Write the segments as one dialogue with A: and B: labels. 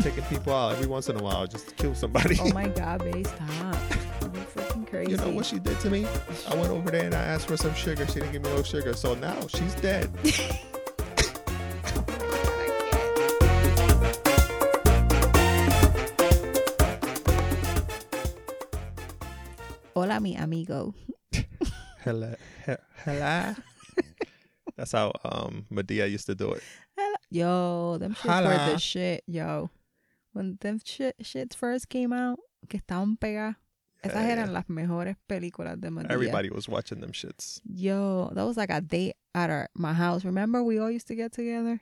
A: take people out every once in a while. Just kill somebody.
B: Oh my god, babe, stop. You're freaking crazy.
A: You know what she did to me? I went over there and I asked for some sugar. She didn't give me no sugar. So now she's dead.
B: Hola, mi amigo.
A: Hello. he- Hello. That's how um, Medea used to do it.
B: Hello. Yo, them shits were
A: Hola.
B: the shit, yo. When them shit, shits first came out, que estaban pegadas, esas
A: Yeah,
B: eran las mejores películas de Madea.
A: Everybody was watching them shits.
B: Yo, that was like a date at our, my house. Remember, we all used to get together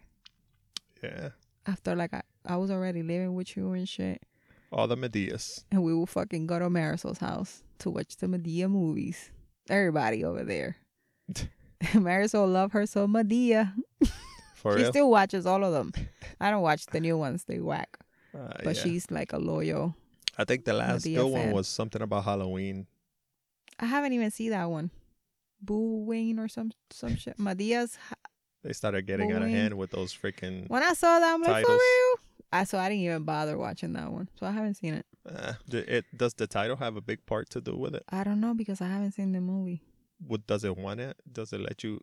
A: Yeah.
B: after like I, I was already living with you and shit,
A: All the Medeas.
B: and we would fucking go to Marisol's house to watch the Medea movies. Everybody over there. Marisol loved her so Medea.
A: For
B: she
A: real.
B: still watches all of them. I don't watch the new ones; they whack.
A: Uh,
B: But
A: yeah.
B: she's like a loyal.
A: I think the last
B: Medea
A: good one
B: fan.
A: was something about Halloween.
B: I haven't even seen that one. Boo Wayne or some some shit. Madia's.
A: They started getting out of
B: Halloween.
A: hand with those freaking.
B: When I saw that, I'm like, for
A: Titles.
B: real. I so I didn't even bother watching that one, so I haven't seen it.
A: Uh, d- it does the title have a big part to do with it?
B: I don't know because I haven't seen the movie.
A: What does it want it? Does it let you?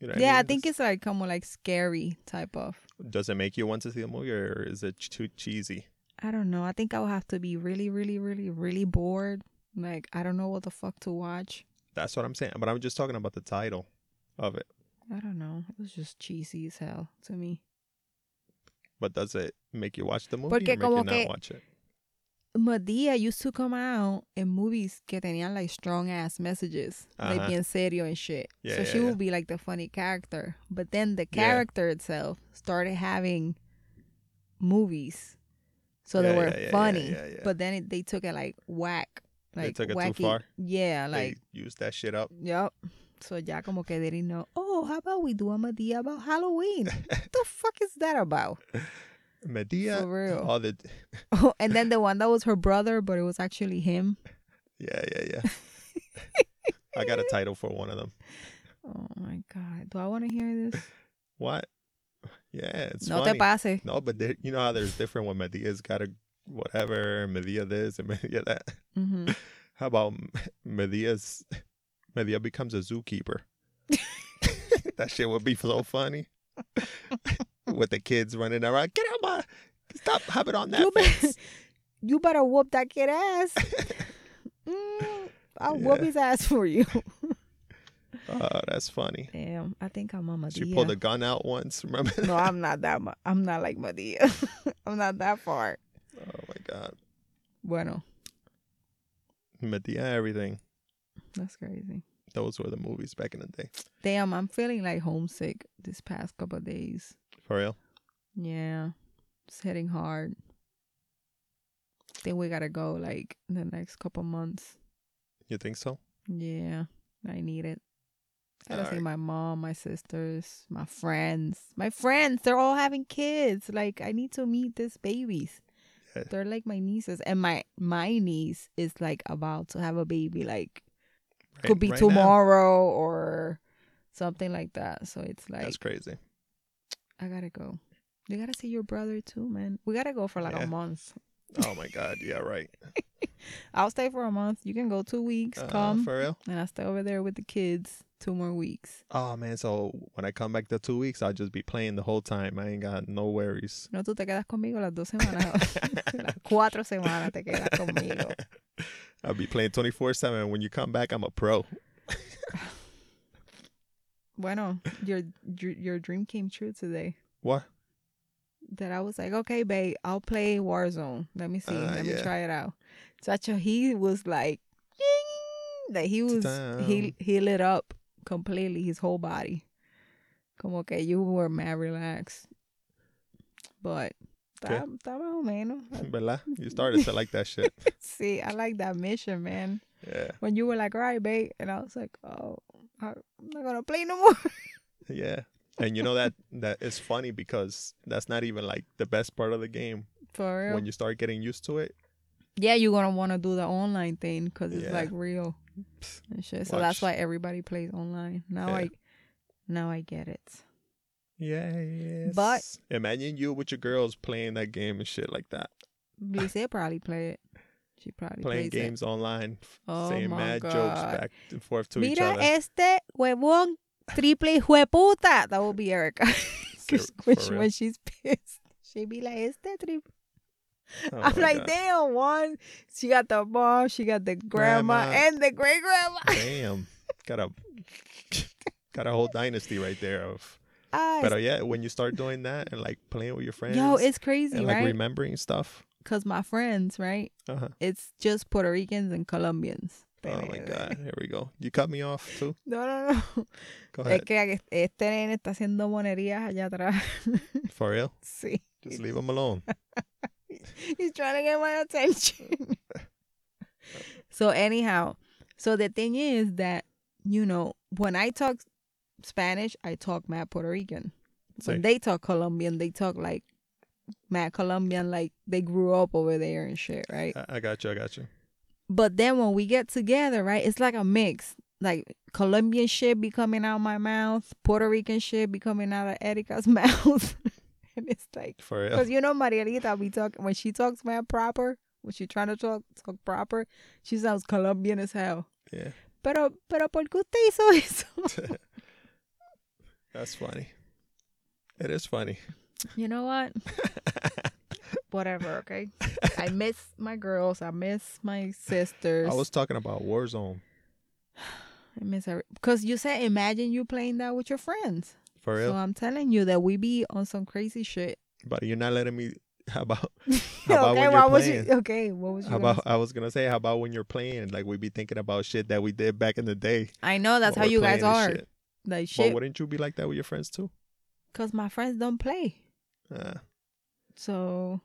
A: you know what
B: yeah, I
A: mean?
B: think
A: Does-
B: it's like kind of like scary type of.
A: Does it make you want to see a movie, or is it too cheesy?
B: I don't know. I think I would have to be really, really, really, really bored. Like I don't know what the fuck to watch.
A: That's what I'm saying. But I'm just talking about the title of it.
B: I don't know. It was just cheesy as hell to me.
A: But does it make you watch the movie
B: Porque
A: or make
B: como
A: you
B: que-
A: not watch it?
B: Medea used to come out in movies que tenían like strong ass messages, like
A: Ajá.
B: being serio and shit.
A: Yeah,
B: so
A: yeah,
B: she
A: yeah.
B: would be like the funny character, but then the
A: Yeah.
B: character itself started having movies, so
A: Yeah,
B: they were
A: yeah, yeah, yeah,
B: funny.
A: yeah, yeah.
B: But then it, they took it like whack,
A: They
B: like
A: took it too
B: wacky.
A: far?
B: Yeah, like
A: they use that shit up.
B: yep. So ya como que they didn't know. Oh, how about we do a Medea about Halloween? what the fuck is that about?
A: Medea.
B: For real.
A: All the
B: Oh, and then the one that was her brother, but it was actually him.
A: yeah yeah yeah. I got a title for one of them.
B: Oh my god. Do I want to hear this?
A: What? Yeah, it's
B: no
A: funny.
B: te pase.
A: No, but there, you know how there's different when Medea's got a whatever Medea this and Medea that.
B: hmm
A: How about Medea's Medea becomes a zookeeper? that shit would be so funny. With the kids running around, get out my stop hopping on that
B: You, be-
A: fence.
B: you better whoop that kid ass. Mm, I'll whoop
A: Yeah.
B: his ass for you.
A: Oh, that's funny.
B: Damn, I think I'm a Madea.
A: She pulled a gun out once. Remember?
B: no, I'm not that. mu- I'm not like Madea. I'm not that far.
A: Oh my god,
B: Bueno,
A: Medea, everything.
B: that's crazy.
A: Those were the movies back in the day.
B: Damn, I'm feeling like homesick this past couple of days.
A: For real.
B: Yeah, it's hitting hard. Think we gotta go like in the next couple months.
A: You think so?
B: Yeah, I need it. I gotta see
A: Alright.
B: my mom, my sisters, my friends. My friends, they're all having kids. Like I need to meet these babies.
A: Yeah.
B: They're like my nieces. And my my niece is like about to have a baby, like
A: Right-
B: could be
A: right now?
B: tomorrow or something like that. So it's like
A: That's crazy.
B: I gotta go. You gotta see your brother too, man. We gotta go for like
A: Yeah.
B: a month.
A: Oh my god. Yeah. Right.
B: I'll stay for a month. You can go two weeks,
A: Uh,
B: come
A: for real.
B: and I'll stay over there with the kids two more weeks.
A: Oh man, so when I come back the two weeks, I'll just be playing the whole time. I ain't got no worries.
B: No, tú te quedas conmigo las dos semanas. las cuatro semanas te quedas conmigo.
A: I'll be playing twenty four seven. When you come back, I'm a pro.
B: Bueno, your dr- your dream came true today.
A: What?
B: That I was like, okay, babe, I'll play Warzone. Let me see.
A: Uh,
B: Let
A: yeah.
B: me try it out. Chacho, he was like, "Ying!" like he was he
A: Down.
B: he lit up completely his whole body. Como que you were mad relaxed, but
A: Okay.
B: está está más o menos.
A: Bella, you started to like that shit.
B: See, I like that mission, man.
A: Yeah,
B: when you were like, all right, babe. And I was like, oh, I- I'm not going to play no more.
A: yeah. And you know that that is funny because that's not even like the best part of the game.
B: For real.
A: When you start getting used to it,
B: yeah, you're going to want to do the online thing because it's
A: Yeah.
B: like real
A: Psst,
B: and shit. So that's why
A: watch.
B: everybody plays online. Now
A: Yeah.
B: I now I get it.
A: yeah.
B: But-
A: imagine you with your girls playing that game and shit like that.
B: Lisa probably play it. She probably
A: playing
B: plays
A: games online,
B: It.
A: f-
B: Oh
A: saying
B: my
A: mad
B: God.
A: jokes back and forth to each
B: Mira
A: other.
B: este huevón triple hueputa. That will be Erica. 'Cause
A: for
B: when,
A: real.
B: when she's pissed, she be like, este triple.
A: Oh
B: I'm
A: my
B: like,
A: God.
B: damn, one. She got the mom, she got the grandma,
A: Grandma.
B: and the great grandma.
A: damn, got a got a whole dynasty right there of.
B: Ah,
A: But uh, yeah, when you start doing that and like playing with your friends,
B: Yo, it's crazy,
A: and like
B: right?
A: remembering stuff.
B: Because my friends, right?
A: Uh-huh.
B: It's just Puerto Ricans and Colombians.
A: Oh my god, here we go. You cut me off too.
B: No, no, no.
A: Go
B: Es
A: ahead.
B: que este nene está haciendo monerías allá atrás.
A: For real,
B: sí.
A: just leave him alone.
B: He's trying to get my attention. so anyhow, so the thing is that you know when I talk Spanish, I talk mad Puerto Rican.
A: Sí.
B: When they talk Colombian, they talk like mad Colombian, like they grew up over there and shit, right?
A: I, I got you. I got you.
B: But then when we get together, right, it's like a mix. Like Colombian shit be coming out my mouth, Puerto Rican shit be coming out of Erica's mouth, and it's like
A: For real.
B: because you know Marielita be talking when she talks man proper, when she trying to talk talk proper, she sounds Colombian as hell.
A: Yeah.
B: Pero pero por qué usted hizo eso?
A: That's funny. It is funny.
B: You know what? Whatever, okay? I miss my girls, I miss my sisters.
A: I was talking about Warzone.
B: I miss every because you said imagine you playing that with your friends.
A: For real.
B: So I'm telling you that we be on some crazy shit.
A: but you're not letting me. How about? How about when
B: why
A: you're
B: was
A: playing?
B: you okay, what was you
A: How
B: gonna
A: about? I was gonna say, how about when you're playing? Like we be thinking about shit that we did back in the day.
B: say? I know that's
A: while
B: how
A: we're
B: you guys
A: playing
B: are.
A: and shit.
B: Like
A: But
B: shit.
A: wouldn't you be like that with your friends too?
B: Because my friends don't play.
A: Uh,
B: So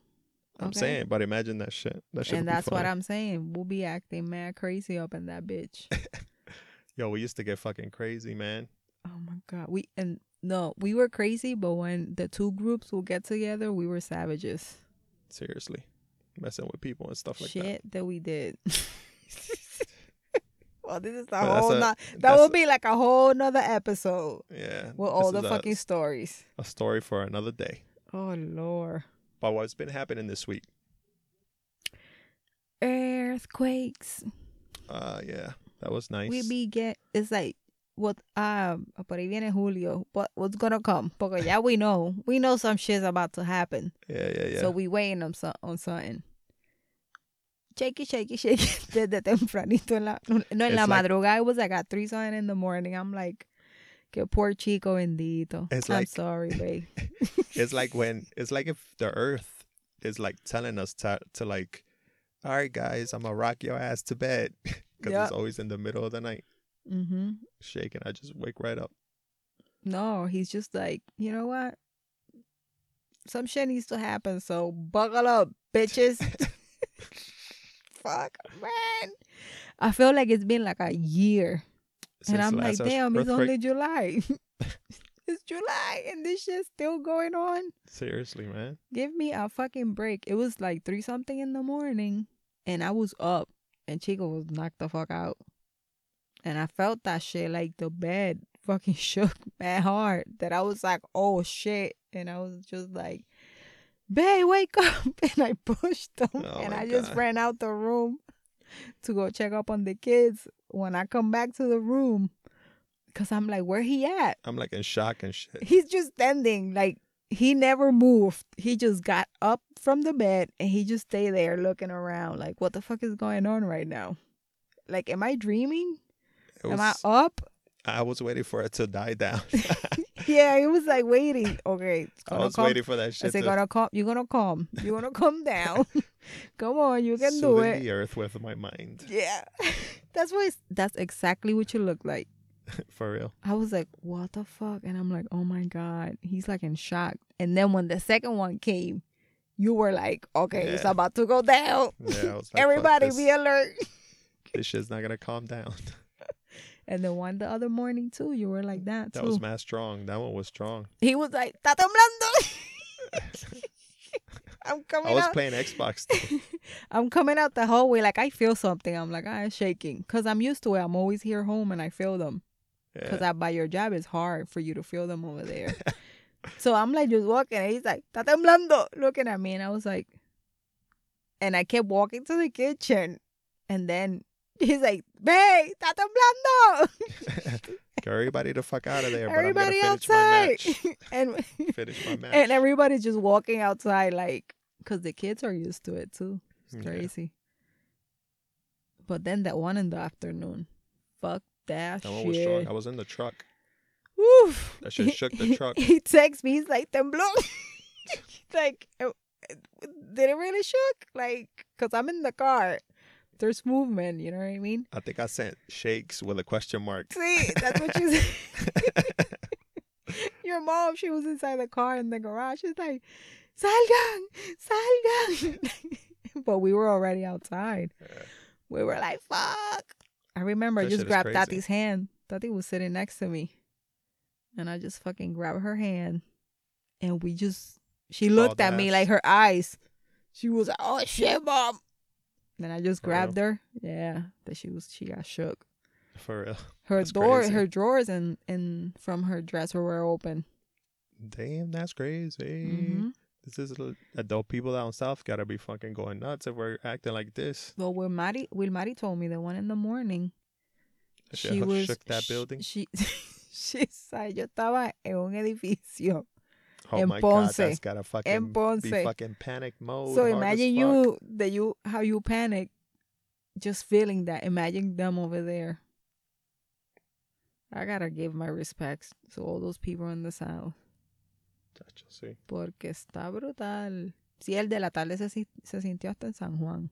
A: I'm
B: Okay.
A: saying, but imagine that shit. That shit.
B: and that's what I'm saying. We'll be acting mad crazy up in that bitch.
A: Yo, we used to get fucking crazy, man.
B: oh my god. We and no, we were crazy, but when the two groups will get together, we were savages.
A: Seriously, messing with people and stuff like
B: Shit
A: that.
B: that. we did. well, this is a
A: But that's
B: whole
A: a-
B: not that
A: that's
B: will be like a whole nother episode
A: Yeah.
B: with
A: this
B: all the
A: is a-
B: fucking stories.
A: a story for another day.
B: Oh lord.
A: But what's been happening this week?
B: Earthquakes.
A: Uh, yeah, that was nice.
B: We be get it's like what um por ahí viene Julio. What what's gonna come? Porque ya we know. We know some shit's about to happen.
A: yeah, yeah, yeah.
B: So we waiting on, so- on something. Shaky, shaky, shaky. Desde tempranito. En la, no, en
A: It's
B: la
A: like-
B: madrugada. It was like at 3 something in the morning. I'm like, que poor chico bendito.
A: It's
B: I'm
A: like-
B: sorry, babe.
A: it's like when it's like if the Earth is like telling us to to like, all right, guys, I'm gonna rock your ass to bed because
B: Yep.
A: it's always in the middle of the night
B: mm-hmm.
A: shaking. I just wake right up.
B: No, he's just like, you know what? Some shit needs to happen. So buckle up, bitches. Fuck, man. I feel like it's been like a year.
A: since
B: and I'm like,
A: last earth-
B: damn, it's
A: earthquake."
B: only July. it's July and this shit's still going on.
A: seriously, man.
B: Give me a fucking break. It was like three something in the morning and I was up and Chico was knocked the fuck out. And I felt that shit like the bed fucking shook my heart that I was like, oh shit. And I was just like, babe, wake up. And I pushed him
A: Oh
B: and
A: my
B: I just
A: God.
B: ran out the room to go check up on the kids. When I come back to the room, because I'm like, where he at?
A: I'm like in shock and shit.
B: he's just standing like he never moved he just got up from the bed and he just stayed there looking around like what the fuck is going on right now like am i dreaming
A: It was,
B: am i
A: I,
B: up
A: was waiting for it to die down.
B: yeah it was like waiting okay it's
A: I
B: gonna
A: was
B: come
A: waiting for that
B: I
A: shit
B: said,
A: to
B: gonna calm. You're gonna calm. You're gonna calm down. Come on, you can do
A: soothing
B: it.
A: the earth with my mind.
B: Yeah, that's what. It's, that's exactly what you look like.
A: For real.
B: I was like, what the fuck? And I'm like, oh my God. He's like in shock. And then when the second one came, you were like, okay, it's
A: Yeah.
B: about to go down.
A: Yeah, I was like, "Fuck
B: Everybody
A: this,
B: be alert.
A: this shit's not gonna calm down.
B: And then one the other morning too, you were like that too.
A: That was mad strong. That one was strong.
B: he was like, está temblando. I'm coming
A: I was
B: out.
A: playing Xbox. Too.
B: I'm coming out the hallway like I feel something. I'm like, ah, it's shaking. Cause I'm used to it. I'm always here home and I feel them.
A: Yeah.
B: Cause I, by your job, it's hard for you to feel them over there. so I'm like just walking, and he's like, "Está temblando," looking at me, and I was like, And I kept walking to the kitchen. And then he's like, Babe, está temblando.
A: Get everybody the fuck out of there.
B: everybody
A: but I'm gonna finish
B: outside.
A: my match.
B: and
A: Finish my match.
B: and everybody's just walking outside, like, because the kids are used to it too. It's
A: Yeah.
B: crazy. But then that one in the afternoon, fuck that,
A: That one was strong.
B: shit.
A: I was in the truck.
B: Oof.
A: That shit shook the truck.
B: He, texts me. He's like, "Tembló." like, "Uh, did it really shook? Like, cause I'm in the car. There's movement. You know what I mean?
A: I think I sent shakes with a question mark.
B: See, that's what you said. Your mom, she was inside the car in the garage. She's like, "Salgan, salgan." but we were already outside.
A: Yeah.
B: We were like, "Fuck!" I remember I
A: That
B: just
A: shit is
B: grabbed
A: crazy.
B: Tati's hand. Tati was sitting next to me, and I just fucking grabbed her hand, and we just. She looked at me
A: ass.
B: like her eyes. She was like, "Oh shit, mom." Then I just
A: For real?
B: grabbed her. Yeah, that she was. She got shook.
A: For real.
B: Her
A: That's
B: door,
A: crazy.
B: her drawers, and and from her dresser were open.
A: Damn, that's crazy.
B: hmm
A: This is l- adult people down south gotta be fucking going nuts if we're acting like this.
B: Well, Wilmari, Wilmari told me the one in the morning.
A: That shit ho- shook that
B: sh-
A: building.
B: She, she's like, yo estaba en un edificio.
A: Oh
B: in
A: my god,
B: Ponce.
A: that's gotta fucking be
B: Ponce.
A: fucking panic mode.
B: so
A: hard as
B: imagine
A: Oh, fuck.
B: you that you how you panic, just feeling that. Imagine them over there. I gotta give my respects to all those people in the south.
A: That you see.
B: Porque está brutal. Si el de la tarde se, si- se sintió hasta en San Juan.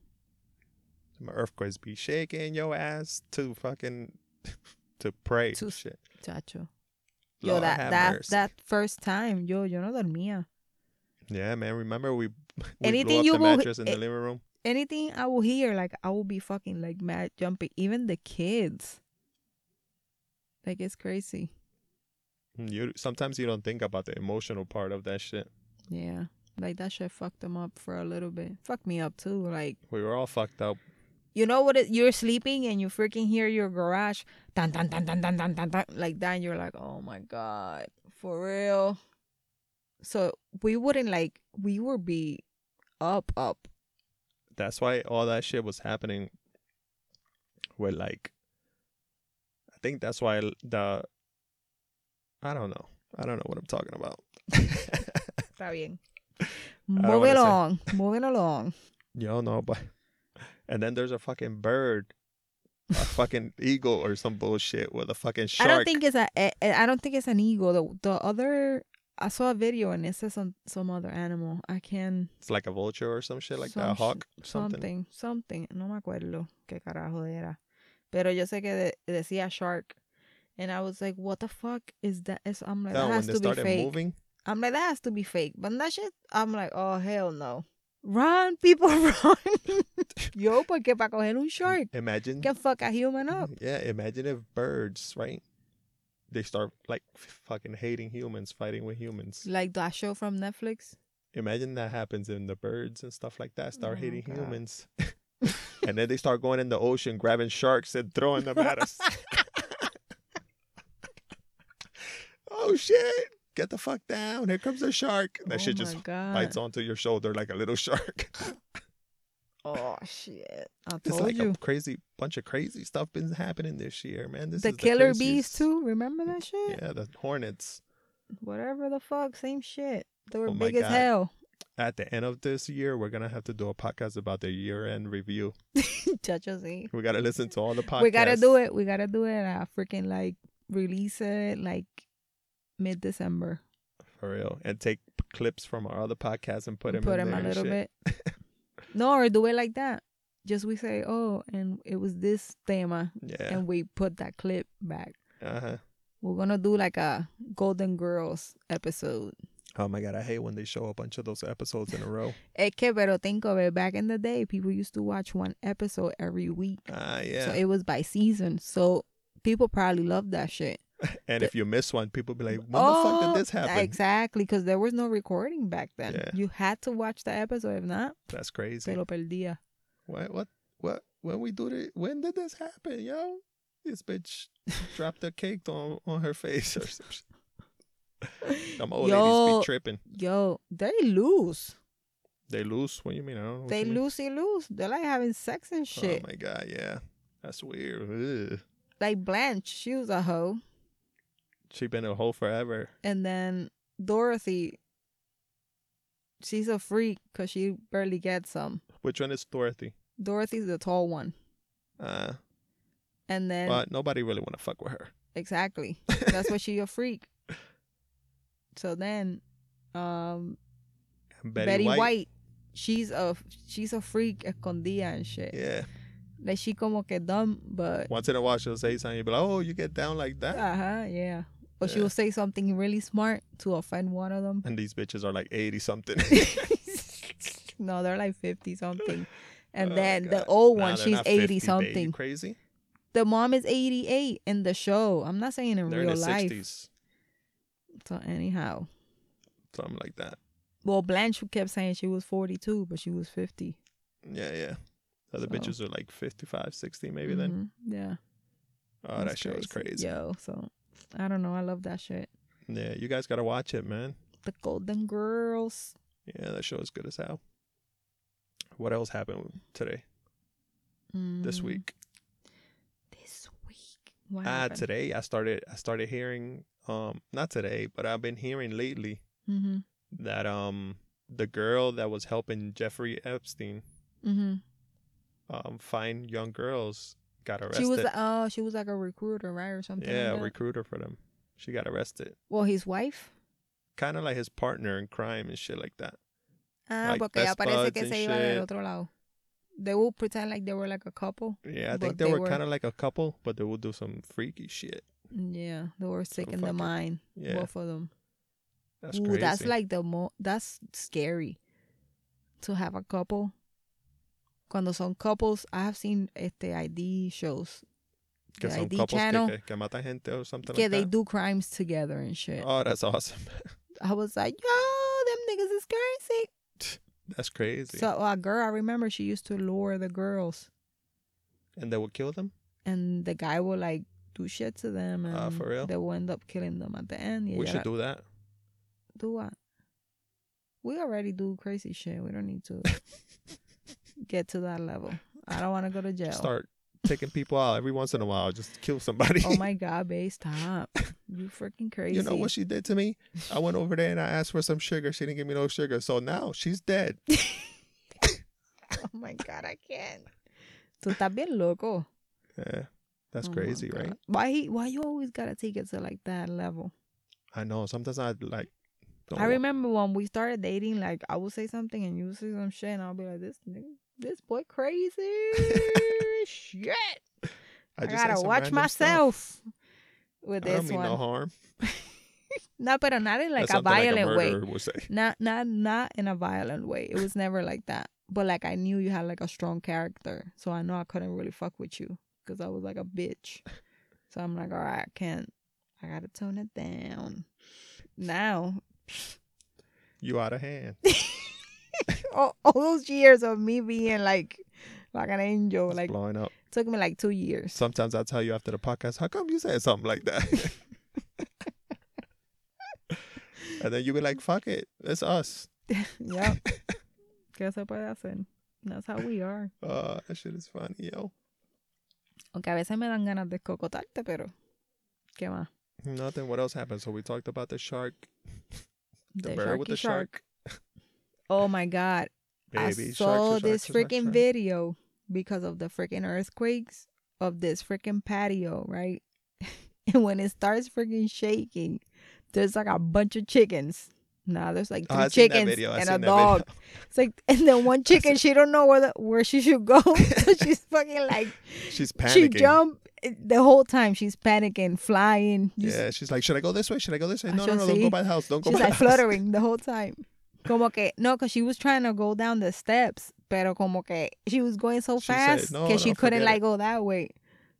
A: My earthquakes be shaking your ass to fucking to pray.
B: To-
A: shit.
B: Chacho. Yo,
A: Lord
B: that
A: have
B: that
A: mercy.
B: that first time, yo, yo no dormía.
A: Yeah, man. Remember we, we
B: Anything
A: blew up
B: you
A: the
B: will-
A: mattress in
B: eh,
A: the living room.
B: Anything I will hear, like I will be fucking like mad jumping. Even the kids. Like it's crazy.
A: You sometimes you don't think about the emotional part of that shit.
B: Yeah. Like that shit fucked them up for a little bit. Fucked me up too. Like
A: We were all fucked up.
B: you know what it, you're sleeping and you freaking hear your garage dun dun dun dun dun dun dun, dun like that and you're like oh my god for real so we wouldn't like we would be up up
A: That's why all that shit was happening. With like, I think that's why the. I don't know. I don't know what I'm talking about.
B: Está bien.
A: don't
B: Move
A: wanna say.
B: along. Moving along.
A: you don't know, but and then there's a fucking bird, a fucking eagle or some bullshit with a fucking shark.
B: I don't think it's a I I don't think it's an eagle. The, the other I saw a video and it says some some other animal. I can
A: it's like a vulture or some shit like that.
B: Some
A: A hawk, something.
B: something. something no me acuerdo qué carajo era. Pero yo sé que de- decía shark and I was like what the fuck is that? It's, I'm like
A: No,
B: that
A: when
B: has
A: they
B: to be
A: started
B: fake.
A: moving,
B: I'm like that has to be fake. But that shit I'm like oh hell no. Run people run. Yo porque para coger un shark
A: imagine
B: can fuck a human up.
A: Yeah, imagine if birds, right? They start like f- fucking hating humans, fighting with humans.
B: like that show from Netflix.
A: Imagine that happens and the birds and stuff like that start
B: Oh my
A: hating
B: God.
A: humans. and then they start going in the ocean, grabbing sharks and throwing them at us. oh shit! Get the fuck down. Here comes a shark. That
B: oh my
A: shit just
B: God.
A: bites onto your shoulder like a little shark.
B: Oh shit! I
A: it's
B: told
A: like
B: you.
A: a crazy bunch of crazy stuff been happening this year, man. This
B: the
A: is
B: killer bees
A: craziest-
B: too. Remember that shit?
A: Yeah, the hornets.
B: Whatever the fuck, same shit. They were
A: Oh my
B: big as
A: God.
B: hell.
A: at the end of this year, we're gonna have to do a podcast about the year end review.
B: Chacho, sí.
A: We gotta listen to all the podcasts.
B: We gotta do it. We gotta do it. I freaking like release it like mid December.
A: for real, and take clips from our other podcasts and put them
B: Put him
A: in there
B: a
A: and
B: little
A: shit.
B: bit. no, or do it like that. Just we say, oh, and it was this thema,
A: Yeah,
B: and we put that clip back.
A: uh huh.
B: We're gonna do like a Golden Girls episode.
A: Oh my god, I hate when they show a bunch of those episodes in a row.
B: Es que, pero think of it, back in the day, people used to watch one episode every week.
A: Ah, yeah.
B: So it was by season. So people probably loved that shit.
A: and if you miss one, people be like, "When the fuck
B: Oh,
A: did this happen?"
B: Exactly, because there was no recording back then.
A: Yeah.
B: You had to watch the episode. If not,
A: That's
B: te
A: crazy.
B: lo perdía.
A: What? What? What? When we do it? When did this happen, yo? This bitch dropped a cake on on her face or some shit. Them old ladies
B: Yo.
A: be tripping.
B: Yo, they lose.
A: They loose. What do you mean? I don't know. what
B: They
A: you mean.
B: loosey loose. They're like having sex and shit.
A: Oh my god, yeah, that's weird. Ugh.
B: like Blanche, she was a hoe,
A: She been a hoe forever.
B: and then Dorothy, she's a freak because she barely gets some.
A: Which one is Dorothy?
B: Dorothy's the tall one,
A: Uh,
B: and then
A: but nobody really want to fuck with her.
B: exactly that's why she a freak. So then, um,
A: Betty,
B: Betty, White. she's a she's a freak escondida and shit.
A: Yeah.
B: Like she como que dumb, but
A: Once in a while, she'll say something. You'll be like, "Oh, you get down like that,"
B: uh huh, yeah. Or she
A: Yeah.
B: will say something really smart to offend one of them.
A: and these bitches are like eighty something.
B: no, they're like fifty something. And
A: Oh,
B: then the
A: God.
B: old
A: Nah,
B: one,
A: they're
B: she's
A: not 50,
B: eighty
A: babe. You
B: something.
A: crazy?
B: The mom is eighty eight in the show. I'm not saying in
A: They're
B: real
A: in the
B: life.
A: sixties,
B: So anyhow.
A: something like that.
B: Well Blanche kept saying she was forty two, but she was fifty.
A: Yeah, yeah. The other
B: So-
A: bitches are like 55, 60 maybe then.
B: Mhm. Yeah.
A: Oh,
B: it
A: that shit was crazy.
B: Yo, so I don't know. I love that shit.
A: yeah, you guys gotta watch it, man.
B: The Golden Girls.
A: Yeah, that show is good as hell. What else happened today, this
B: Mm,
A: week?
B: This week. What
A: Ah,
B: happened?
A: today I started I started hearing um not today, but I've been hearing lately
B: Mhm.
A: that um the girl that was helping Jeffrey Epstein
B: Mhm.
A: um find young girls got arrested.
B: She was um, uh she was like a recruiter, right, or something.
A: yeah,
B: like
A: a
B: that?
A: recruiter for them. She got arrested.
B: well, his wife.
A: Kind of like his partner in crime and shit like that.
B: Ah,
A: Like
B: porque ya
A: best
B: parece que
A: buds
B: se
A: and
B: iban al
A: shit.
B: otro lado. They will pretend like they were like a couple.
A: Yeah, I
B: But
A: think they,
B: they
A: were,
B: were-
A: kind of like a couple, but they would do some freaky shit.
B: Yeah, they were sick
A: Some
B: in the
A: fucking-
B: mind.
A: Yeah,
B: Both of them.
A: that's
B: Ooh,
A: crazy.
B: that's like the mo. That's scary. To have a couple. Cuando son couples, I have seen este ID shows
A: que
B: the
A: son
B: ID
A: couples que-
B: channel.
A: que, que matan gente or something
B: Yeah,
A: like
B: they
A: that.
B: do crimes together and shit.
A: Oh, that's awesome.
B: I was like, yo, them niggas is crazy.
A: that's crazy.
B: So a girl, I remember she used to lure the girls,
A: and they would kill them?
B: and the guy would like do shit to them, and
A: Ah, for real?
B: they will end up killing them at the end. Yeah,
A: we
B: yeah,
A: should do that.
B: do what? We already do crazy shit. We don't need to get to that level. I don't want to go to jail.
A: Start taking people out every once in a while. Just kill somebody.
B: Oh my god, babe, stop! You freaking crazy.
A: you know what she did to me? I went over there and I asked for some sugar. She didn't give me no sugar. So now she's dead.
B: oh my god, I can't. So estás bien loco.
A: Yeah, that's
B: Oh my
A: crazy,
B: God.
A: right?
B: Why he? Why you always gotta take it to like that level?
A: I know. Sometimes I like. Don't
B: I remember when we started dating, like I would say something and you would say some shit, and I'll be like, "This nigga, this boy crazy shit." I,
A: say
B: gotta
A: some
B: watch
A: random stuff.
B: myself with
A: I don't
B: this
A: mean
B: one.
A: no harm.
B: No, but not in like
A: That's
B: a
A: something like
B: violent way.
A: murderer would say.
B: Not not not in a violent way. It was never like that. But like I knew you had like a strong character, so I know I couldn't really fuck with you because I was like a bitch. So I'm like, all right, I can't. I gotta tone it down. Now,
A: You out of hand.
B: all, all those years of me being like like an angel,
A: It's
B: like
A: blowing up.
B: took me like two years.
A: Sometimes I tell you after the podcast, how come you said something like that? and then you be like, fuck it. It's us.
B: yep. ¿Qué se puede hacer? That's how we are.
A: Uh, that shit is funny, yo.
B: Aunque a veces me dan ganas de cocotarte, pero qué más.
A: Nothing. What else happened? So we talked about the shark, the,
B: De
A: bird with
B: sharky
A: the
B: shark.
A: shark,
B: Oh my god. I
A: baby
B: saw
A: shark.
B: this
A: shark, shark,
B: freaking
A: shark.
B: video because of the freaking earthquakes of this freaking patio, right? and when it starts freaking shaking, there's like a bunch of chickens. Nah, there's like
A: Oh,
B: three
A: I seen that
B: chickens
A: video. I
B: and a
A: seen that
B: dog.
A: video.
B: It's like, and then one chicken, she don't know where the, where she should go. so she's fucking like,
A: She's panicking.
B: she jumped the whole time. She's panicking, flying. You s-
A: Yeah, she's like, should I go this way? Should I go this way?
B: I
A: No, no,
B: shall
A: no, don't
B: see.
A: go by the house. Don't go
B: She's
A: by
B: like
A: the house.
B: fluttering the whole time. Como que no, because she was trying to go down the steps, pero como que she was going so
A: She said,
B: fast
A: "No,
B: que she
A: no, forget
B: couldn't
A: it."
B: like go that way.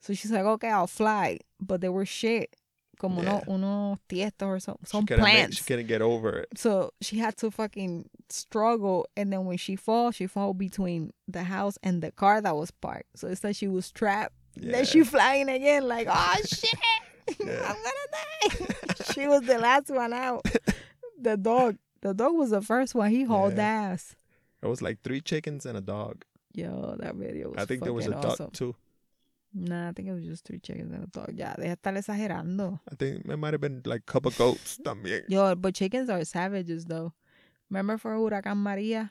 B: So she's like, okay, I'll fly, but they were shit, como no,
A: Yeah.
B: unos tiestos or some
A: She
B: some
A: couldn't, make,
B: plants.
A: she couldn't get over it.
B: so she had to fucking struggle, and then when she fall, she fall between the house and the car that was parked. So it's like she was trapped.
A: Yeah.
B: Then she flying again, like, oh shit,
A: Yeah.
B: I'm gonna die. she was the last one out. The dog, the dog was the first one. He hauled
A: Yeah.
B: ass.
A: It was like three chickens and a dog.
B: Yo, that video was
A: I think there was a
B: fucking
A: duck
B: awesome.
A: too.
B: Nah, I think it was just three chickens and a dog. Ya, deja de estar exagerando.
A: I think it might have been like a couple goats también.
B: Yo, but chickens are savages though. Remember for Huracán Maria?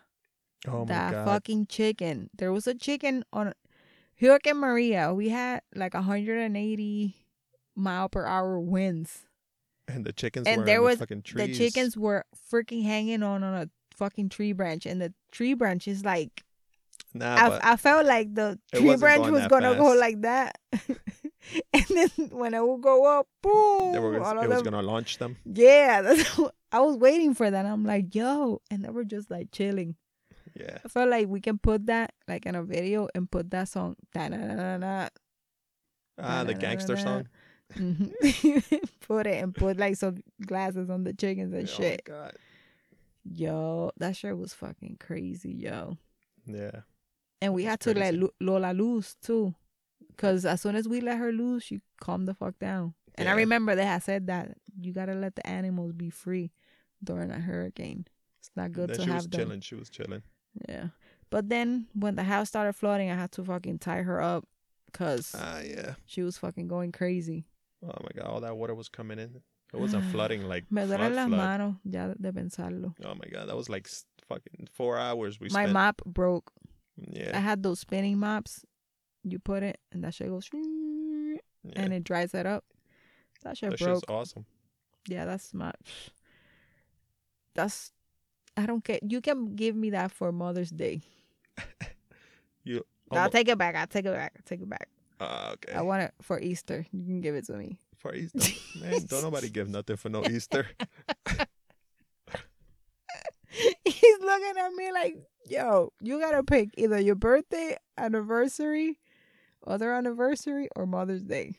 A: Oh my
B: that
A: god.
B: fucking chicken. There was a chicken on Hurricane Maria. We had like 180 mile per hour winds.
A: And the chickens
B: And
A: were
B: there
A: in
B: was
A: the fucking trees.
B: The chickens were freaking hanging on on a fucking tree branch, and the tree branch is like
A: Nah,
B: I,
A: Ah, but
B: I felt like the
A: it
B: tree
A: wasn't
B: branch
A: going
B: was
A: that
B: gonna go
A: fast.
B: like that, and then when it would go up, boom!
A: they were,
B: all
A: gonna-
B: of
A: it was
B: them-
A: gonna launch them.
B: Yeah, that's, I was waiting for that. I'm like, yo, and they were just like chilling.
A: Yeah.
B: I felt like we can put that like in a video and put that song. Da-na-na-na-na.
A: Ah, the gangster song.
B: Mhm. put it and put like some glasses on the chickens and
A: Yeah,
B: shit.
A: Oh my god.
B: Yo, that shit was fucking crazy, yo.
A: Yeah.
B: And we
A: That's
B: had to let
A: crazy.
B: Lu- Lola loose too. Because as soon as we let her loose, she calmed the fuck down. And I
A: Yeah.
B: remember they had said that you got to let the animals be free during a hurricane. It's not good
A: Then
B: to
A: she was
B: have them.
A: chilling. She was chilling.
B: Yeah. But then when the house started flooding, I had to fucking tie her up because
A: Ah, yeah.
B: she was fucking going crazy.
A: Oh my god, all that water was coming in. It wasn't flooding like
B: Me
A: flood,
B: duelen las
A: flood.
B: manos ya de pensarlo.
A: Oh my god, that was like s- fucking four hours we
B: My
A: spent.
B: mop broke. I
A: yeah,
B: had those spinning mops. You put it and that shit goes
A: yeah.
B: and it dries it up. That shit
A: that shit's
B: broke.
A: awesome.
B: Yeah, that's my. That's. I don't care. You can give me that for Mother's Day.
A: Oh
B: I'll
A: my-
B: take it back. I'll take it back. I'll take it back.
A: Ah, okay.
B: I want it for Easter. You can give it to me.
A: for Easter, man, don't nobody give nothing for no Easter.
B: he's looking at me like, yo, you gotta pick either your birthday, anniversary, other anniversary, or Mother's Day.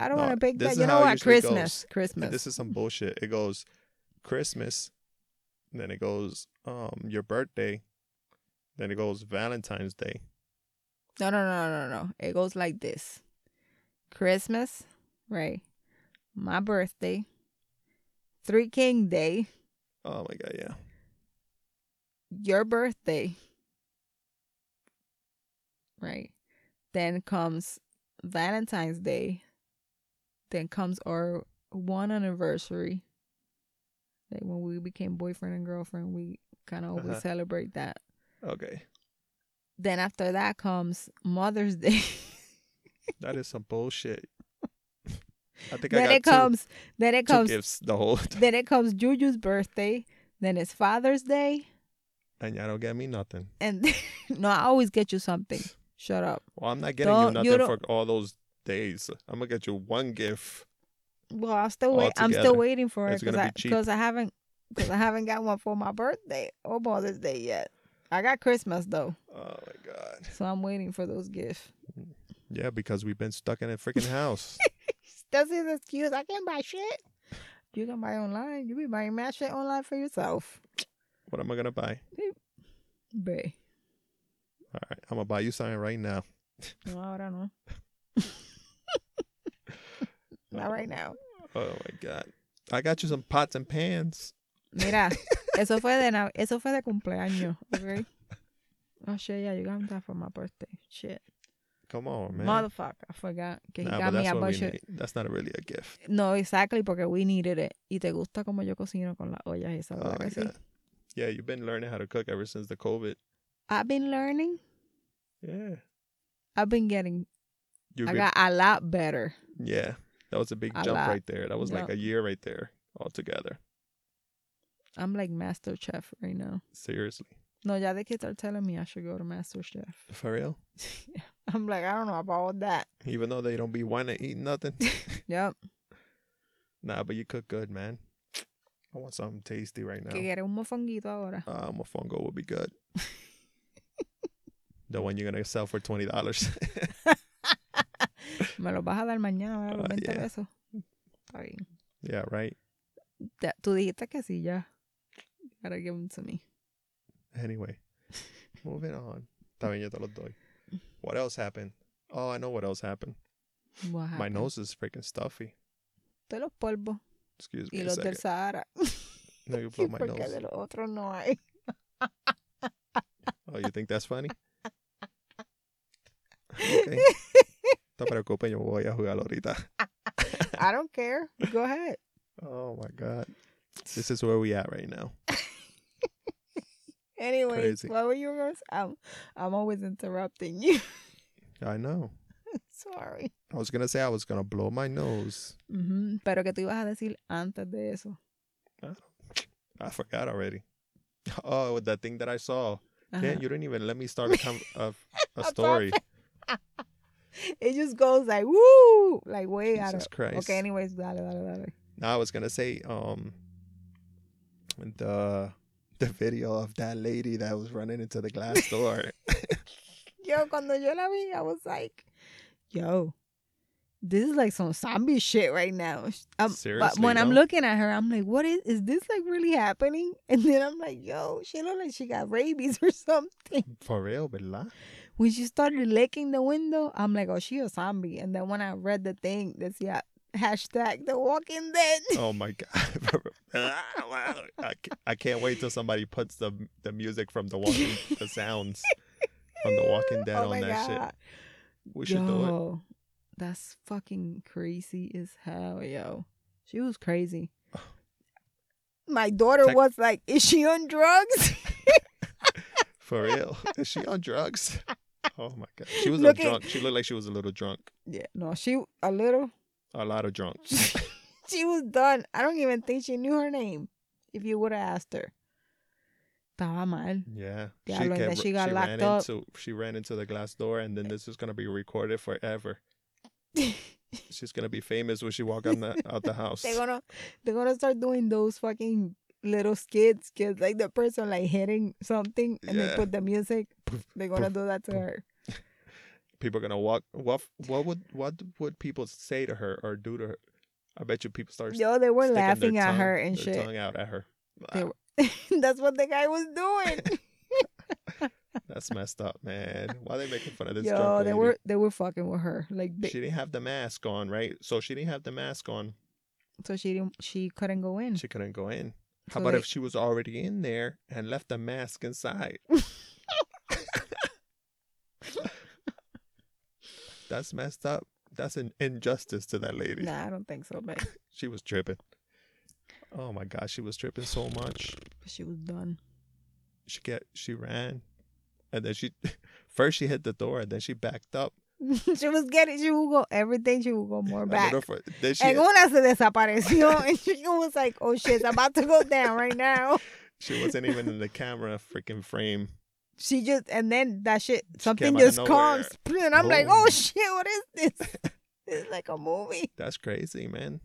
B: I don't
A: No,
B: wanna pick
A: this
B: that.
A: is
B: You know
A: how it
B: what?
A: usually
B: Christmas. Christmas.
A: And this is some bullshit. It goes Christmas, then it goes um your birthday, then it goes Valentine's Day.
B: no, no, no, no, no. It goes like this. Christmas, right? My birthday, Three King Day,
A: Oh my god, yeah.
B: your birthday. Right. Then comes Valentine's Day. Then comes our one anniversary. Like when we became boyfriend and girlfriend, we kind of always
A: Uh-huh.
B: celebrate that.
A: Okay,
B: Then after that comes Mother's Day.
A: that is some bullshit. I think
B: then
A: I
B: it
A: got two-
B: comes. Then it
A: two,
B: comes.
A: gifts the whole time,
B: Then it comes Juju's birthday. Then it's Father's Day.
A: and y'all don't get me nothing.
B: And no, I always get you something. Shut up.
A: Well, I'm not getting you
B: Don't-
A: nothing
B: you
A: for all those days. I'm gonna get you one gift.
B: Well, I'm still wait. I'm still
A: Altogether.
B: waiting for it
A: It's gonna
B: because I
A: be cheap.
B: because I haven't because I haven't got one for my birthday or Mother's Day yet. I got Christmas though,
A: Oh my god.
B: so I'm waiting for those gifts.
A: Yeah, because we've been stuck in a freaking house.
B: That's his excuse. I can't buy shit. You can buy online. You be buying my shit online for yourself,
A: what am I gonna buy?
B: bae.
A: All right, I'm gonna buy you something right now.
B: No, I don't know. Not right now.
A: Oh my god. I got you some pots and pans.
B: Mira, eso fue de nav- eso fue de cumpleaños, okay? Oh shit, yeah, you got that for my birthday. Shit,
A: Come on, man.
B: motherfucker, I forgot. Que he
A: Nah,
B: got
A: but
B: me
A: that's
B: a
A: what
B: bunch
A: we
B: of
A: need. That's not really a gift.
B: No, exactly, porque we needed it. Y te gusta como yo cocino con las ollas esas,
A: Oh
B: ¿verdad
A: my
B: que sí?
A: god. Yeah, you've been learning how to cook ever since the COVID.
B: I've been learning.
A: Yeah.
B: I've been getting.
A: You
B: I
A: been,
B: got a lot better.
A: yeah. That was a big
B: A
A: jump
B: lot.
A: right there. That was like
B: No.
A: a year right there altogether.
B: I'm like Master Chef right now.
A: Seriously.
B: No, ya the kids are telling me I should go to Master Chef.
A: For real?
B: I'm like, I don't know about all that.
A: Even though they don't be wanting to eat nothing.
B: Yep.
A: nah, but you cook good, man. I want something tasty right
B: Que
A: now.
B: quiere un mofonguito ahora.
A: Uh, mofongo would be good. the one you're gonna sell for twenty dollars.
B: Me lo vas a dar mañana, ¿verdad? Los
A: Ah,
B: 20
A: yeah.
B: pesos. Está bien.
A: yeah, right.
B: Ya, tú dijiste que sí, ya. Gotta give them to me.
A: Anyway, moving on. También yo te los doy. What else happened? Oh, I know what else happened.
B: What
A: My
B: happened?
A: nose is freaking stuffy.
B: De los polvos
A: Excuse me.
B: y
A: a
B: los
A: second.
B: del Sahara.
A: No, you blow
B: ¿Y
A: my
B: por qué
A: nose.
B: de los otros no hay?
A: Oh, you think that's funny? Okay. No te preocupes, yo voy a jugar ahorita.
B: I don't care. Go ahead.
A: Oh my god. This is where we at right now.
B: Anyways,
A: Crazy.
B: what were you going to say? I'm, I'm always interrupting you.
A: I know.
B: Sorry.
A: I was gonna say I was gonna blow my nose.
B: Ujú, Pero que tú ibas a decir antes de eso.
A: I forgot already. Oh, that thing that I saw.
B: Ajá.
A: Yeah, you didn't even let me start a, com- a, a
B: thought
A: story.
B: It just goes like, woo! Like, way out of.
A: Jesus Christ.
B: Okay, anyways, dale, dale, dale.
A: No, I was gonna say um the the video of that lady that was running into the glass door.
B: Yo, cuando yo la vi, I was like, yo, this is like some zombie shit right now. Sh- Um, but
A: Seriously,
B: when I'm
A: no?
B: looking at her, I'm like, what is, is this like really happening? And then I'm like, yo, she look like she got rabies or something.
A: For real, ¿verdad?
B: When she started licking the window, I'm like, oh, she a zombie. And then when I read the thing that's yeah, hashtag the walking dead.
A: Oh my god! Ah, wow. I, ca- I can't wait till somebody puts the the music from the Walking the sounds from the Walking Dead
B: oh my
A: on
B: God.
A: that shit. We should do it.
B: Yo, That's fucking crazy as hell, yo. She was crazy. My daughter
A: Tec-
B: was like, Is she on drugs?
A: For real? Is she on drugs? Oh my god! She was
B: Looking-
A: a drunk. She looked like she was a little drunk.
B: yeah, no, she a little.
A: A lot of drunk.
B: She was done. I don't even think she knew her name if you would have asked her. Estaba mal.
A: Yeah.
B: Yeah, I learned that
A: ru-
B: she got
A: ran
B: locked up.
A: Into, she ran into the glass door, and then this is gonna be recorded forever. She's gonna be famous when she walk out the out the house.
B: They're gonna they're gonna start doing those fucking little skits, kids like the person like hitting something and they
A: Yeah.
B: put the music.
A: Poof,
B: They're gonna
A: poof,
B: do that to
A: poof.
B: her.
A: people are gonna walk. What what would what would people say to her or do to her? I bet you people start
B: Yo, they were
A: sticking their
B: laughing at
A: tongue-
B: her and
A: their
B: shit.
A: Tongue out at her.
B: They
A: Ah,
B: were- That's what the guy was doing.
A: That's messed up, man. Why they making fun of this?
B: Yo,
A: drunk
B: they
A: lady?
B: were they were fucking with her. Like they,
A: She didn't have the mask on, right? So she didn't have the mask on.
B: so she didn't she couldn't go in.
A: She couldn't go in.
B: So
A: How about
B: they-
A: if she was already in there and left the mask inside? That's messed up. That's an injustice to that lady.
B: Nah, I don't think so, but
A: She was tripping. Oh my gosh, she was tripping so much.
B: she was done.
A: She get she ran. And then she first she hit the door and then she backed up.
B: she was getting she will go everything, she will go more
A: And
B: back.
A: then for- then she,
B: And una se desapareció and she was like, Oh shit, it's about to go down right now.
A: she wasn't even in the camera freaking frame.
B: She just and then that shit something
A: came out of
B: just comes. And I'm like,
A: Boom.
B: Oh shit, what is this? It's like a movie.
A: That's crazy, man.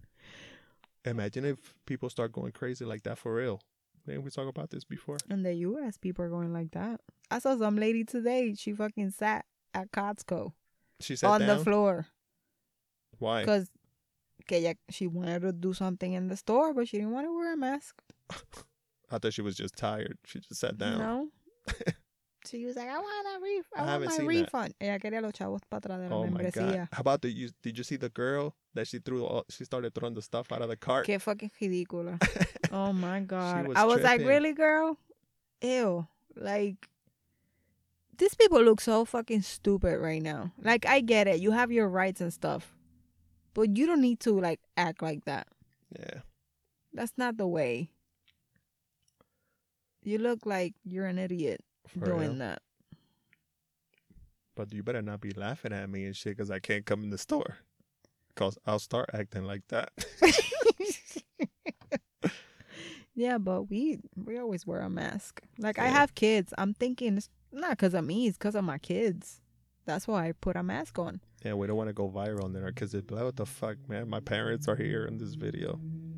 A: Imagine if people start going crazy like that for real. Didn't we talk about this before?
B: In the US, people are going like that. I saw some lady today. She fucking sat at Costco
A: She said
B: on
A: down.
B: the floor
A: Why?
B: because she wanted to do something in the store, but she didn't want to wear a mask.
A: I thought she was just tired. She just sat
B: You
A: down.
B: know? she was like, I want a ref-
A: I
B: I want
A: haven't
B: my
A: seen that.
B: refund. Ella quería los chavos para atrás de la
A: Oh my god!
B: membresía.
A: How about the you? Did you see the girl that she threw? All, she started throwing the stuff out of the cart.
B: Qué fucking ridícula. oh my god.
A: was
B: I was like,
A: tripping.
B: really, girl? Ew. Like, these people look so fucking stupid right now. Like, I get it. You have your rights and stuff. But you don't need to, like, act like that.
A: Yeah,
B: That's not the way. You look like you're an idiot
A: for
B: doing
A: real.
B: that.
A: But you better not be laughing at me and shit, cause I can't come in the store. Cause I'll start acting like that.
B: yeah, but we we always wear a mask. Like I
A: Yeah.
B: have kids. I'm thinking it's not because of me, it's because of my kids. That's why I put a mask on.
A: yeah, we don't want to go viral in there, cause it, like, what the fuck, man? My parents are here in this video. Mm.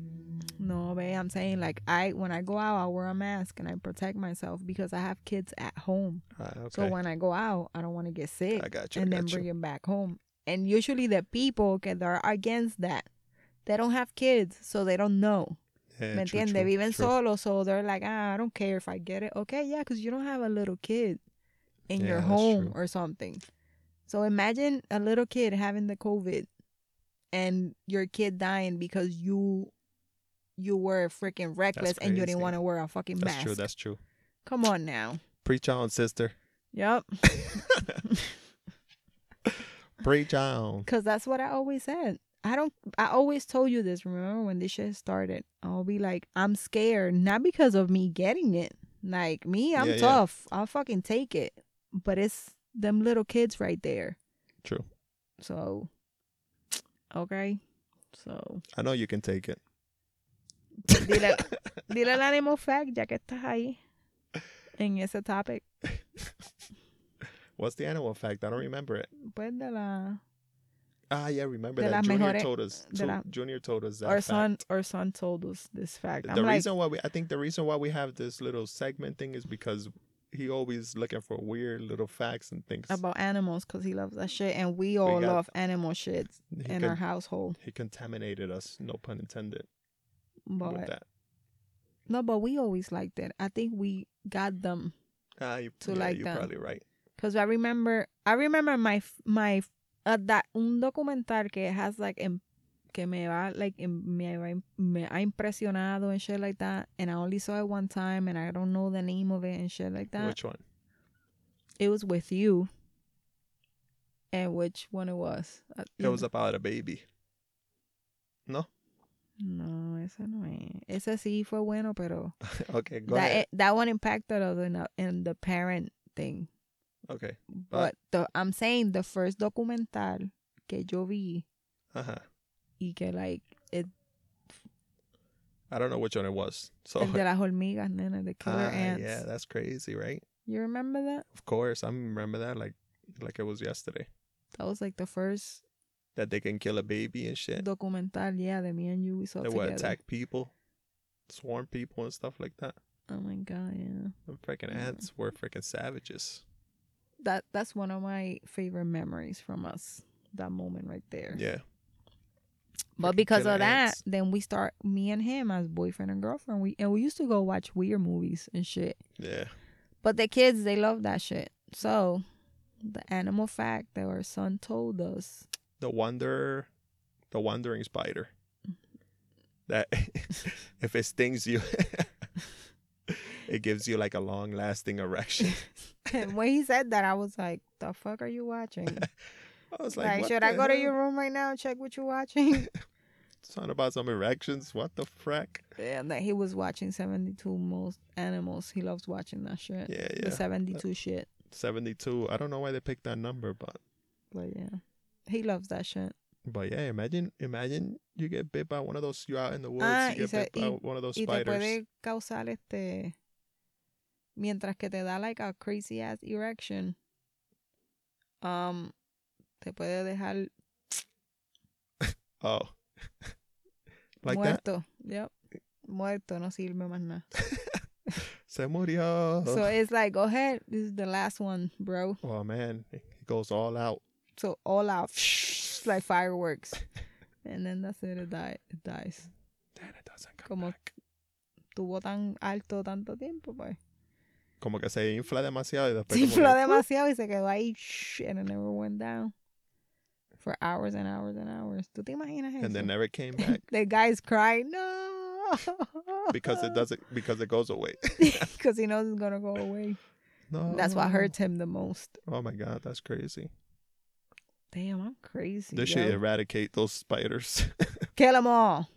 B: No, babe, I'm saying like I when I go out, I wear a mask and I protect myself because I have kids at home.
A: Ah, okay,
B: So when I go out, I don't want to get sick
A: I got you. I
B: and then
A: got you.
B: bring them back home. And usually the people que are against that, they don't have kids, so they don't know.
A: Yeah,
B: ¿Me
A: Eh, true,
B: entiende?
A: true,
B: Viven
A: true.
B: solo, so they're like, ah, I don't care if I get it. Okay, yeah, because you don't have a little kid in
A: Yeah,
B: your
A: that's
B: home
A: true.
B: or something. So imagine a little kid having the COVID and your kid dying because you you were freaking reckless and you
A: crazy.
B: didn't want to wear a fucking
A: That's
B: mask.
A: true. That's true.
B: Come on now.
A: Preach on, sister.
B: Yep.
A: Preach on.
B: Cause that's what I always said. I don't. I always told you this. Remember when this shit started? I'll be like, I'm scared, not because of me getting it. Like me, I'm
A: Yeah, yeah.
B: tough. I'll fucking take it. But it's them little kids right there.
A: True.
B: So, okay. So,
A: I know you can take it.
B: dile, dile al animal fact ya que estás ahí en ese topic.
A: What's the animal fact? I don't remember it.
B: Pues de la
A: Ah, yeah, remember
B: De
A: that.
B: las
A: Junior
B: mejores-
A: told us.
B: de
A: to-
B: la-
A: Junior told us that.
B: our
A: fact.
B: son our son told us this fact. I'm
A: the
B: like,
A: reason why we, I think the reason why we have this little segment thing is because he always looking for weird little facts and things.
B: about animals because he loves that shit, and we all
A: got-
B: love animal shit
A: he,
B: in
A: con-
B: our household.
A: he contaminated us, no pun intended, with
B: But
A: that.
B: no, but we always liked it. I think we got them
A: Ah, you,
B: to
A: yeah,
B: like
A: you're
B: them.
A: probably right.
B: because I remember I remember my f- my f- uh, that un documental que has like em, que me va like em, me, va, im- me ha impresionado and shit like that, and I only saw it one time, and I don't know the name of it and shit like that.
A: Which one?
B: it was with you. And which one it was? Uh,
A: It
B: you
A: was about a baby.
B: No, ese no es. Ese sí fue bueno, pero
A: okay, go
B: that, eh,
A: ahead.
B: that one impacted us in, the- in the parent thing.
A: Okay.
B: But the, I'm saying the first documental que yo vi
A: Uh huh.
B: y que like it,
A: I don't know which one it was. So
B: el de las hormigas, nena, the killer
A: Oh. Ah,
B: ants.
A: yeah, that's crazy, right?
B: You remember that?
A: Of course, I remember that like like it was yesterday
B: That was like the first
A: that they can kill a baby and shit.
B: documental, yeah, that me and you we saw
A: They would
B: together.
A: attack people, swarm people and stuff like that.
B: Oh my god, yeah.
A: The freaking
B: Yeah.
A: ants were freaking savages.
B: That that's one of my favorite memories from us. That moment right there.
A: Yeah.
B: But
A: Freaking
B: because
A: killer
B: of that,
A: ants.
B: then we start me and him as boyfriend and girlfriend. We and we used to go watch weird movies and shit.
A: Yeah.
B: But the kids, they love that shit. So the animal fact that our son told us.
A: The wonder the wandering spider. That if it stings you it gives you like a long lasting erection.
B: and when he said that, I was like, "The fuck are you watching?
A: I was like,
B: like,
A: what
B: should I
A: the
B: go to
A: hell?
B: your room right now and check what you're watching?"
A: Talking about some erections. What the frack?
B: and that he was watching 72 most animals. He loves watching that shit.
A: Yeah,
B: The
A: yeah.
B: 72 shit.
A: 72. I don't know why they picked that number, but
B: But yeah, he loves that shit.
A: but yeah, imagine imagine you get bit by one of those you're out in the woods,
B: Ah, y
A: you get
B: se-
A: bit by
B: y-
A: one of those
B: y te
A: spiders.
B: puede causar este mientras que te da like a crazy ass erection um te puede dejar
A: Oh. like that.
B: muerto yep muerto no sirve más nada
A: Se murió.
B: so it's like go ahead this is the last one bro
A: oh man, it goes all out.
B: so all out like fireworks and then that's it it, die, it dies
A: Then it doesn't come
B: como
A: back.
B: tuvo tan alto tanto tiempo pues
A: Como que se infla demasiado y después
B: se
A: como que-
B: infló demasiado y se quedó ahí and it never went down for hours and hours and hours. ¿Tú te imaginas eso?
A: and then never came back
B: the guys cry no
A: because it doesn't because it goes away.
B: because he knows it's gonna go away.
A: No.
B: That's what hurts him the most.
A: Oh my god, that's crazy.
B: Damn, I'm crazy.
A: They should eradicate those spiders.
B: Kill them all.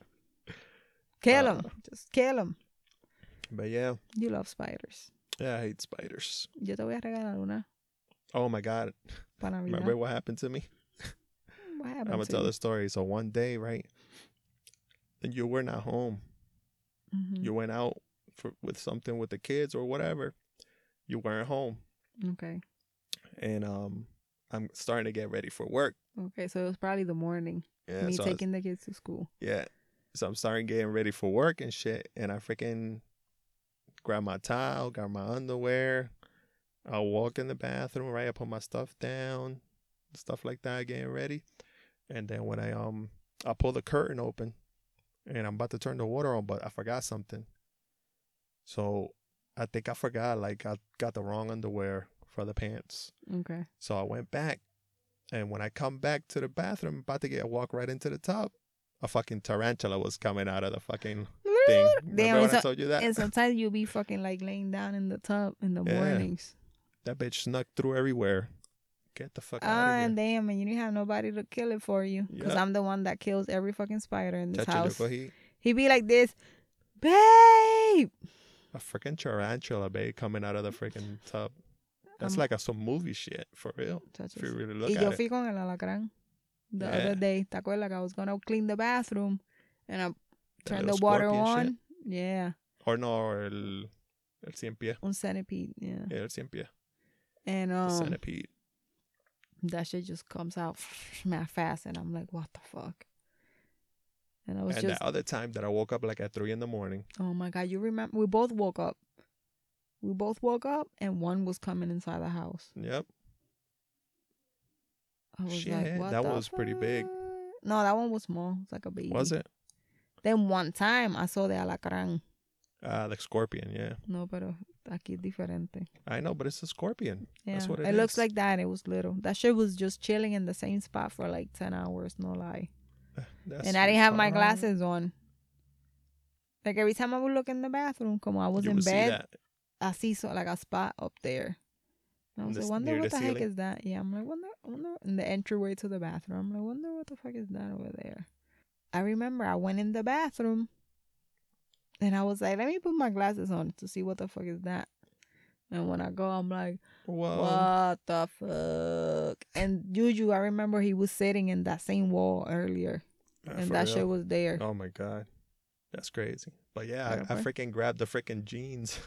B: Kill
A: Uh,
B: them. Just kill them.
A: but yeah,
B: You love spiders.
A: yeah, I hate spiders.
B: Yo te voy a regalar una
A: Oh my god,
B: para Navidad.
A: remember what happened to me?
B: What
A: I'm
B: happened
A: gonna
B: to
A: tell
B: you?
A: the story. So one day, right, you were not home.
B: Mhm.
A: You went out for with something with the kids or whatever. You weren't home,
B: Okay.
A: and um, I'm starting to get ready for work.
B: Okay, so it was probably the morning.
A: Yeah,
B: me
A: so I was-
B: taking the kids to school.
A: yeah. So I'm starting getting ready for work and shit, and I freaking grab my towel, grab my underwear. I walk in the bathroom, right? I put my stuff down, stuff like that, getting ready. And then when I um I pull the curtain open and I'm about to turn the water on, but I forgot something. So I think I forgot, like I got the wrong underwear for the pants.
B: Okay.
A: So I went back. And when I come back to the bathroom, about to get a walk right into the top, a fucking tarantula was coming out of the fucking thing. Remember
B: Damn,
A: when
B: it's
A: I
B: a-
A: told you that?
B: and sometimes you'll be fucking like laying down in the tub in the
A: Yeah.
B: mornings.
A: That bitch snuck through everywhere. Get the fuck
B: Ah,
A: out of here.
B: damn, and you didn't have nobody to kill it for you. Because
A: Yep.
B: I'm the one that kills every fucking spider in this
A: Chacho,
B: house.
A: yo cogí
B: He be like this, babe.
A: a freaking tarantula, babe, coming out of the freaking tub. That's
B: I'm-
A: like a, some movie shit, for real.
B: Chacho,
A: If you really look
B: Um, Y yo
A: at it.
B: fui con el alacrán the
A: Yeah.
B: other day. ¿Te acuerdas que I was gonna clean the bathroom and I turned the
A: little
B: water
A: scorpion
B: on?
A: shit.
B: Yeah,
A: Or no, or el, el cien pie.
B: on centipede. Yeah,
A: Yeah, el cien pie.
B: and
A: The
B: um,
A: centipede.
B: that shit just comes out mad fast, and I'm like, what the fuck? And I was
A: And
B: just,
A: that other time that I woke up like at 3 in the morning.
B: oh my god, you remember? We both woke up. We both woke up, and one was coming inside the house.
A: Yep.
B: I was
A: Shit,
B: like, what
A: that
B: the
A: was pretty big.
B: fuck? No, that one was small. It's like a baby.
A: Was it?
B: Then one time I saw the alacrán.
A: Uh, the scorpion, yeah.
B: No, pero aquí es diferente.
A: I know, but it's a scorpion.
B: Yeah,
A: That's what
B: it,
A: it
B: looks
A: is.
B: like that. It was little. That shit was just chilling in the same spot for like ten hours. No lie.
A: That's
B: and I didn't have my
A: fine.
B: glasses on. Like every time I would look in the bathroom, como I was
A: You
B: in
A: would see
B: bed,
A: that.
B: I see so like a spot up there. And I
A: In
B: was
A: the
B: like,
A: s-
B: wonder
A: near
B: what
A: the
B: the heck
A: ceiling?
B: is that? Yeah, I'm like, wonder, wonder, in the entryway to the bathroom. I'm like, wonder what the fuck is that over there? I remember I went in the bathroom and I was like, let me put my glasses on to see what the fuck is that. And when I go, I'm like,
A: Whoa.
B: what the fuck? And Juju, I remember he was sitting in that same wall earlier
A: Uh,
B: and
A: for
B: that
A: real.
B: shit was there.
A: Oh my god, that's crazy. But yeah,
B: Yeah,
A: I, I
B: boy.
A: freaking grabbed the freaking jeans.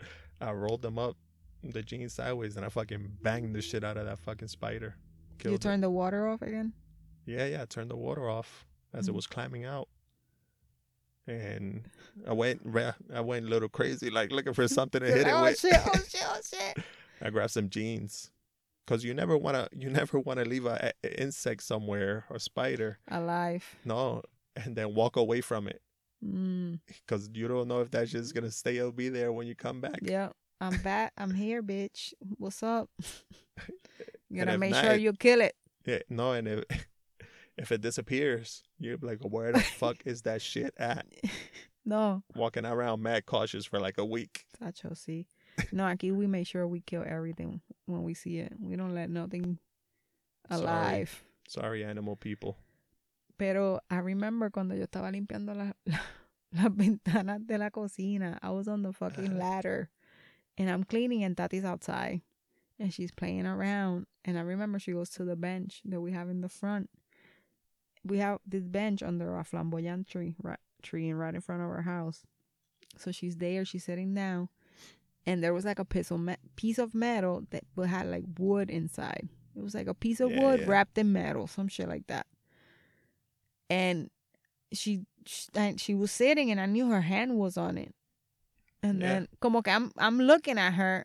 A: I rolled them up, the jeans sideways, and I fucking banged the shit out of that fucking spider. Killed
B: you
A: it.
B: turned the water off again?
A: Yeah, yeah. I turned the water off as it
B: Mhm.
A: was climbing out, and I went, ra- I went a little crazy, like looking for something to hit it
B: oh
A: with.
B: shit! Oh shit! Oh shit!
A: I grabbed some jeans, cause you never wanna, you never wanna leave a, a insect somewhere or spider.
B: Alive.
A: No, and then walk away from it.
B: Mm,
A: because you don't know if that shit's gonna stay or be there when you come back.
B: yeah, I'm back. I'm here, bitch. What's up? Gonna
A: if
B: make
A: not,
B: sure you kill it.
A: Yeah, no, and if if it disappears, you're like, where the fuck is that shit at?
B: No,
A: Walking around mad cautious for like a week.
B: Tacho, see. No, Aki, we make sure we kill everything when we see it. We don't let nothing
A: Sorry.
B: alive.
A: Sorry, animal people.
B: Pero I remember cuando yo estaba limpiando la- la- las ventanas de la cocina, I was on the fucking
A: Ajá.
B: ladder and I'm cleaning and Tati's outside and she's playing around. And I remember she goes to the bench that we have in the front. We have this bench under a flamboyant tree, right, tree and right in front of our house. So she's there, she's sitting down. And there was like a piece of, me- piece of metal that but had like wood inside. It was like a piece of
A: Yeah,
B: wood
A: yeah.
B: wrapped in metal, some shit like that and she, she and she was sitting and I knew her hand was on it. And
A: Yeah.
B: then como que I'm I'm looking at her,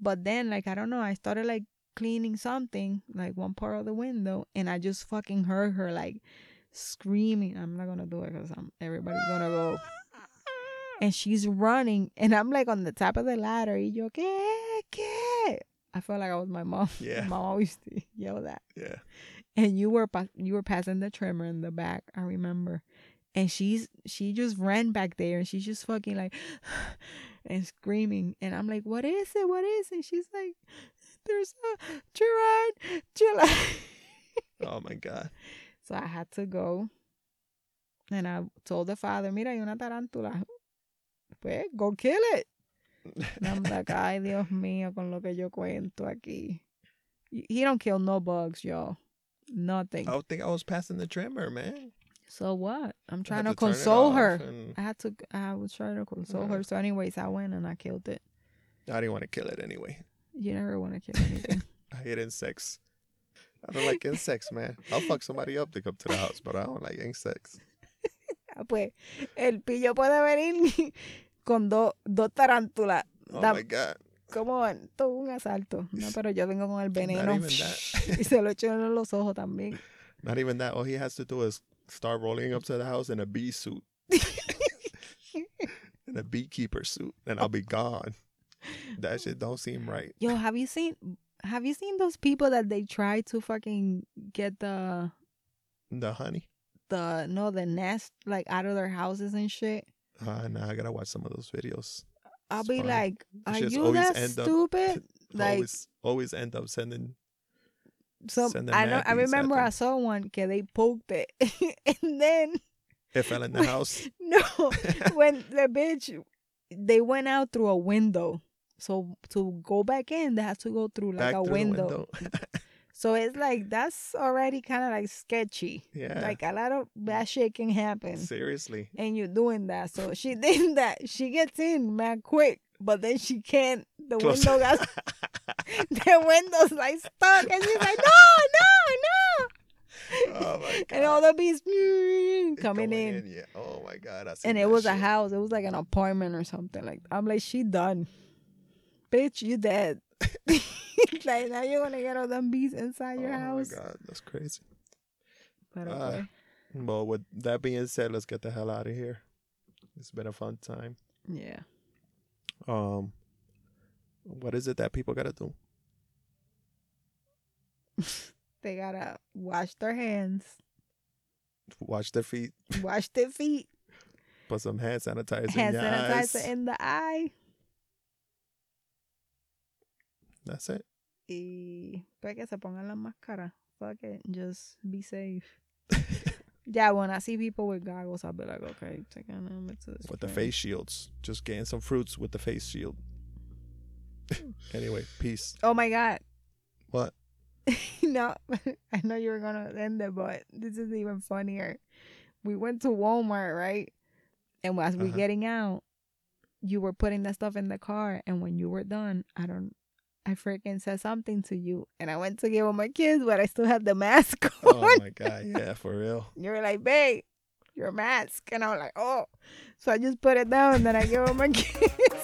B: but then like I don't know, I started like cleaning something, like one part of the window, and I just fucking heard her like screaming. I'm not gonna do it because I'm everybody's gonna go. And she's running, and I'm like on the top of the ladder. Y yo, ¿qué? ¿Qué? I felt like I was my mom.
A: Yeah.
B: My mom always yell that
A: Yeah.
B: and you were pa- you were passing the trimmer in the back. I remember, and she's she just ran back there and she's just fucking like and screaming. And I'm like, "What is it? What is it?" She's like, "There's a Gerard, Gerard."
A: Oh my god.
B: So I had to go, and I told the father, "Mira, hay una tarántula. Pues go kill it." And I'm like, "Ay, Dios mío, con lo que yo cuento aquí." He don't kill no bugs, y'all. Nothing.
A: I would think I was passing the trimmer, man.
B: So what? I'm
A: Oh. I had
B: trying to,
A: turn it
B: console
A: off
B: her.
A: and
B: I had to. I was trying to console
A: Yeah.
B: her. So, anyways, I went and I killed it.
A: I didn't want to kill it anyway.
B: You never want to kill anything.
A: I hate insects. I don't like insects, man. I'll fuck somebody up to come to the house, but I don't like insects.
B: Ah, pues, el pillo puede venir con dos dos tarántulas.
A: Oh
B: Dam-
A: my god.
B: Como van? todo un asalto. No, pero yo vengo con el veneno.
A: even that.
B: y se lo echo en los ojos también.
A: Not even that. All he has to do is start rolling up to the house in a bee suit. in a beekeeper suit, and I'll be gone. That shit don't seem right.
B: Yo, have you seen? Have you seen those people that they try to fucking get the
A: The honey.
B: the no the nest like out of their houses and shit?
A: Ah, Uh, nah, I gotta watch some of those videos.
B: I'll
A: It's
B: be
A: fine.
B: like,
A: You
B: "Are
A: just
B: you
A: always
B: that
A: end up
B: stupid?" Like-
A: always always end up sending
B: So
A: Send them
B: I know I
A: nappies, I
B: remember I,
A: think.
B: saw one que they poked it, and then
A: it fell in the house.
B: no, when the bitch they went out through a window. So to go back in, they had to go through like
A: Back
B: a
A: through the
B: window.
A: window.
B: So it's like that's already kind of like sketchy.
A: yeah.
B: Like a lot of bad shit can happen.
A: seriously.
B: and you're doing that. So she did that. She gets in man quick, but then she can't. The
A: Close.
B: window got the window's like stuck, and she's like, no, no, no.
A: Oh my god.
B: and all the bees mm, coming
A: Going
B: in.
A: Yeah. Oh my god. I seen
B: And it
A: that
B: was a
A: shit.
B: house. It was like an apartment or something. Like I'm like, she done, bitch. You dead. like now you're gonna get all them bees inside your
A: oh
B: house.
A: my god, that's crazy.
B: But
A: Ah.
B: okay.
A: Well, with that being said, let's get the hell out of here. It's been a fun time.
B: yeah.
A: Um, what is it that people gotta do?
B: They gotta wash their hands,
A: Wash their feet,
B: wash their feet.
A: put some hand sanitizer
B: hand
A: in your eyes.
B: sanitizer in the eye.
A: That's it.
B: Y pues que se pongan la máscara. Fuck it. Just be safe. yeah, when I see people with goggles, I'll be like, okay, take them to this.
A: With the
B: place.
A: face shields, just getting some fruits with the face shield. anyway, peace.
B: Oh my God.
A: What?
B: no, I know you were going to end it, but this is even funnier. We went to Walmart, right? And as we
A: Uh-huh.
B: getting out, you were putting that stuff in the car. And when you were done, I don't. I freaking said something to you, and I went to give them my kids, but I still had the mask on.
A: Oh my god. Yeah, for real.
B: you were like, babe, your mask. And I was like, oh. So I just put it down and then I gave him a kiss.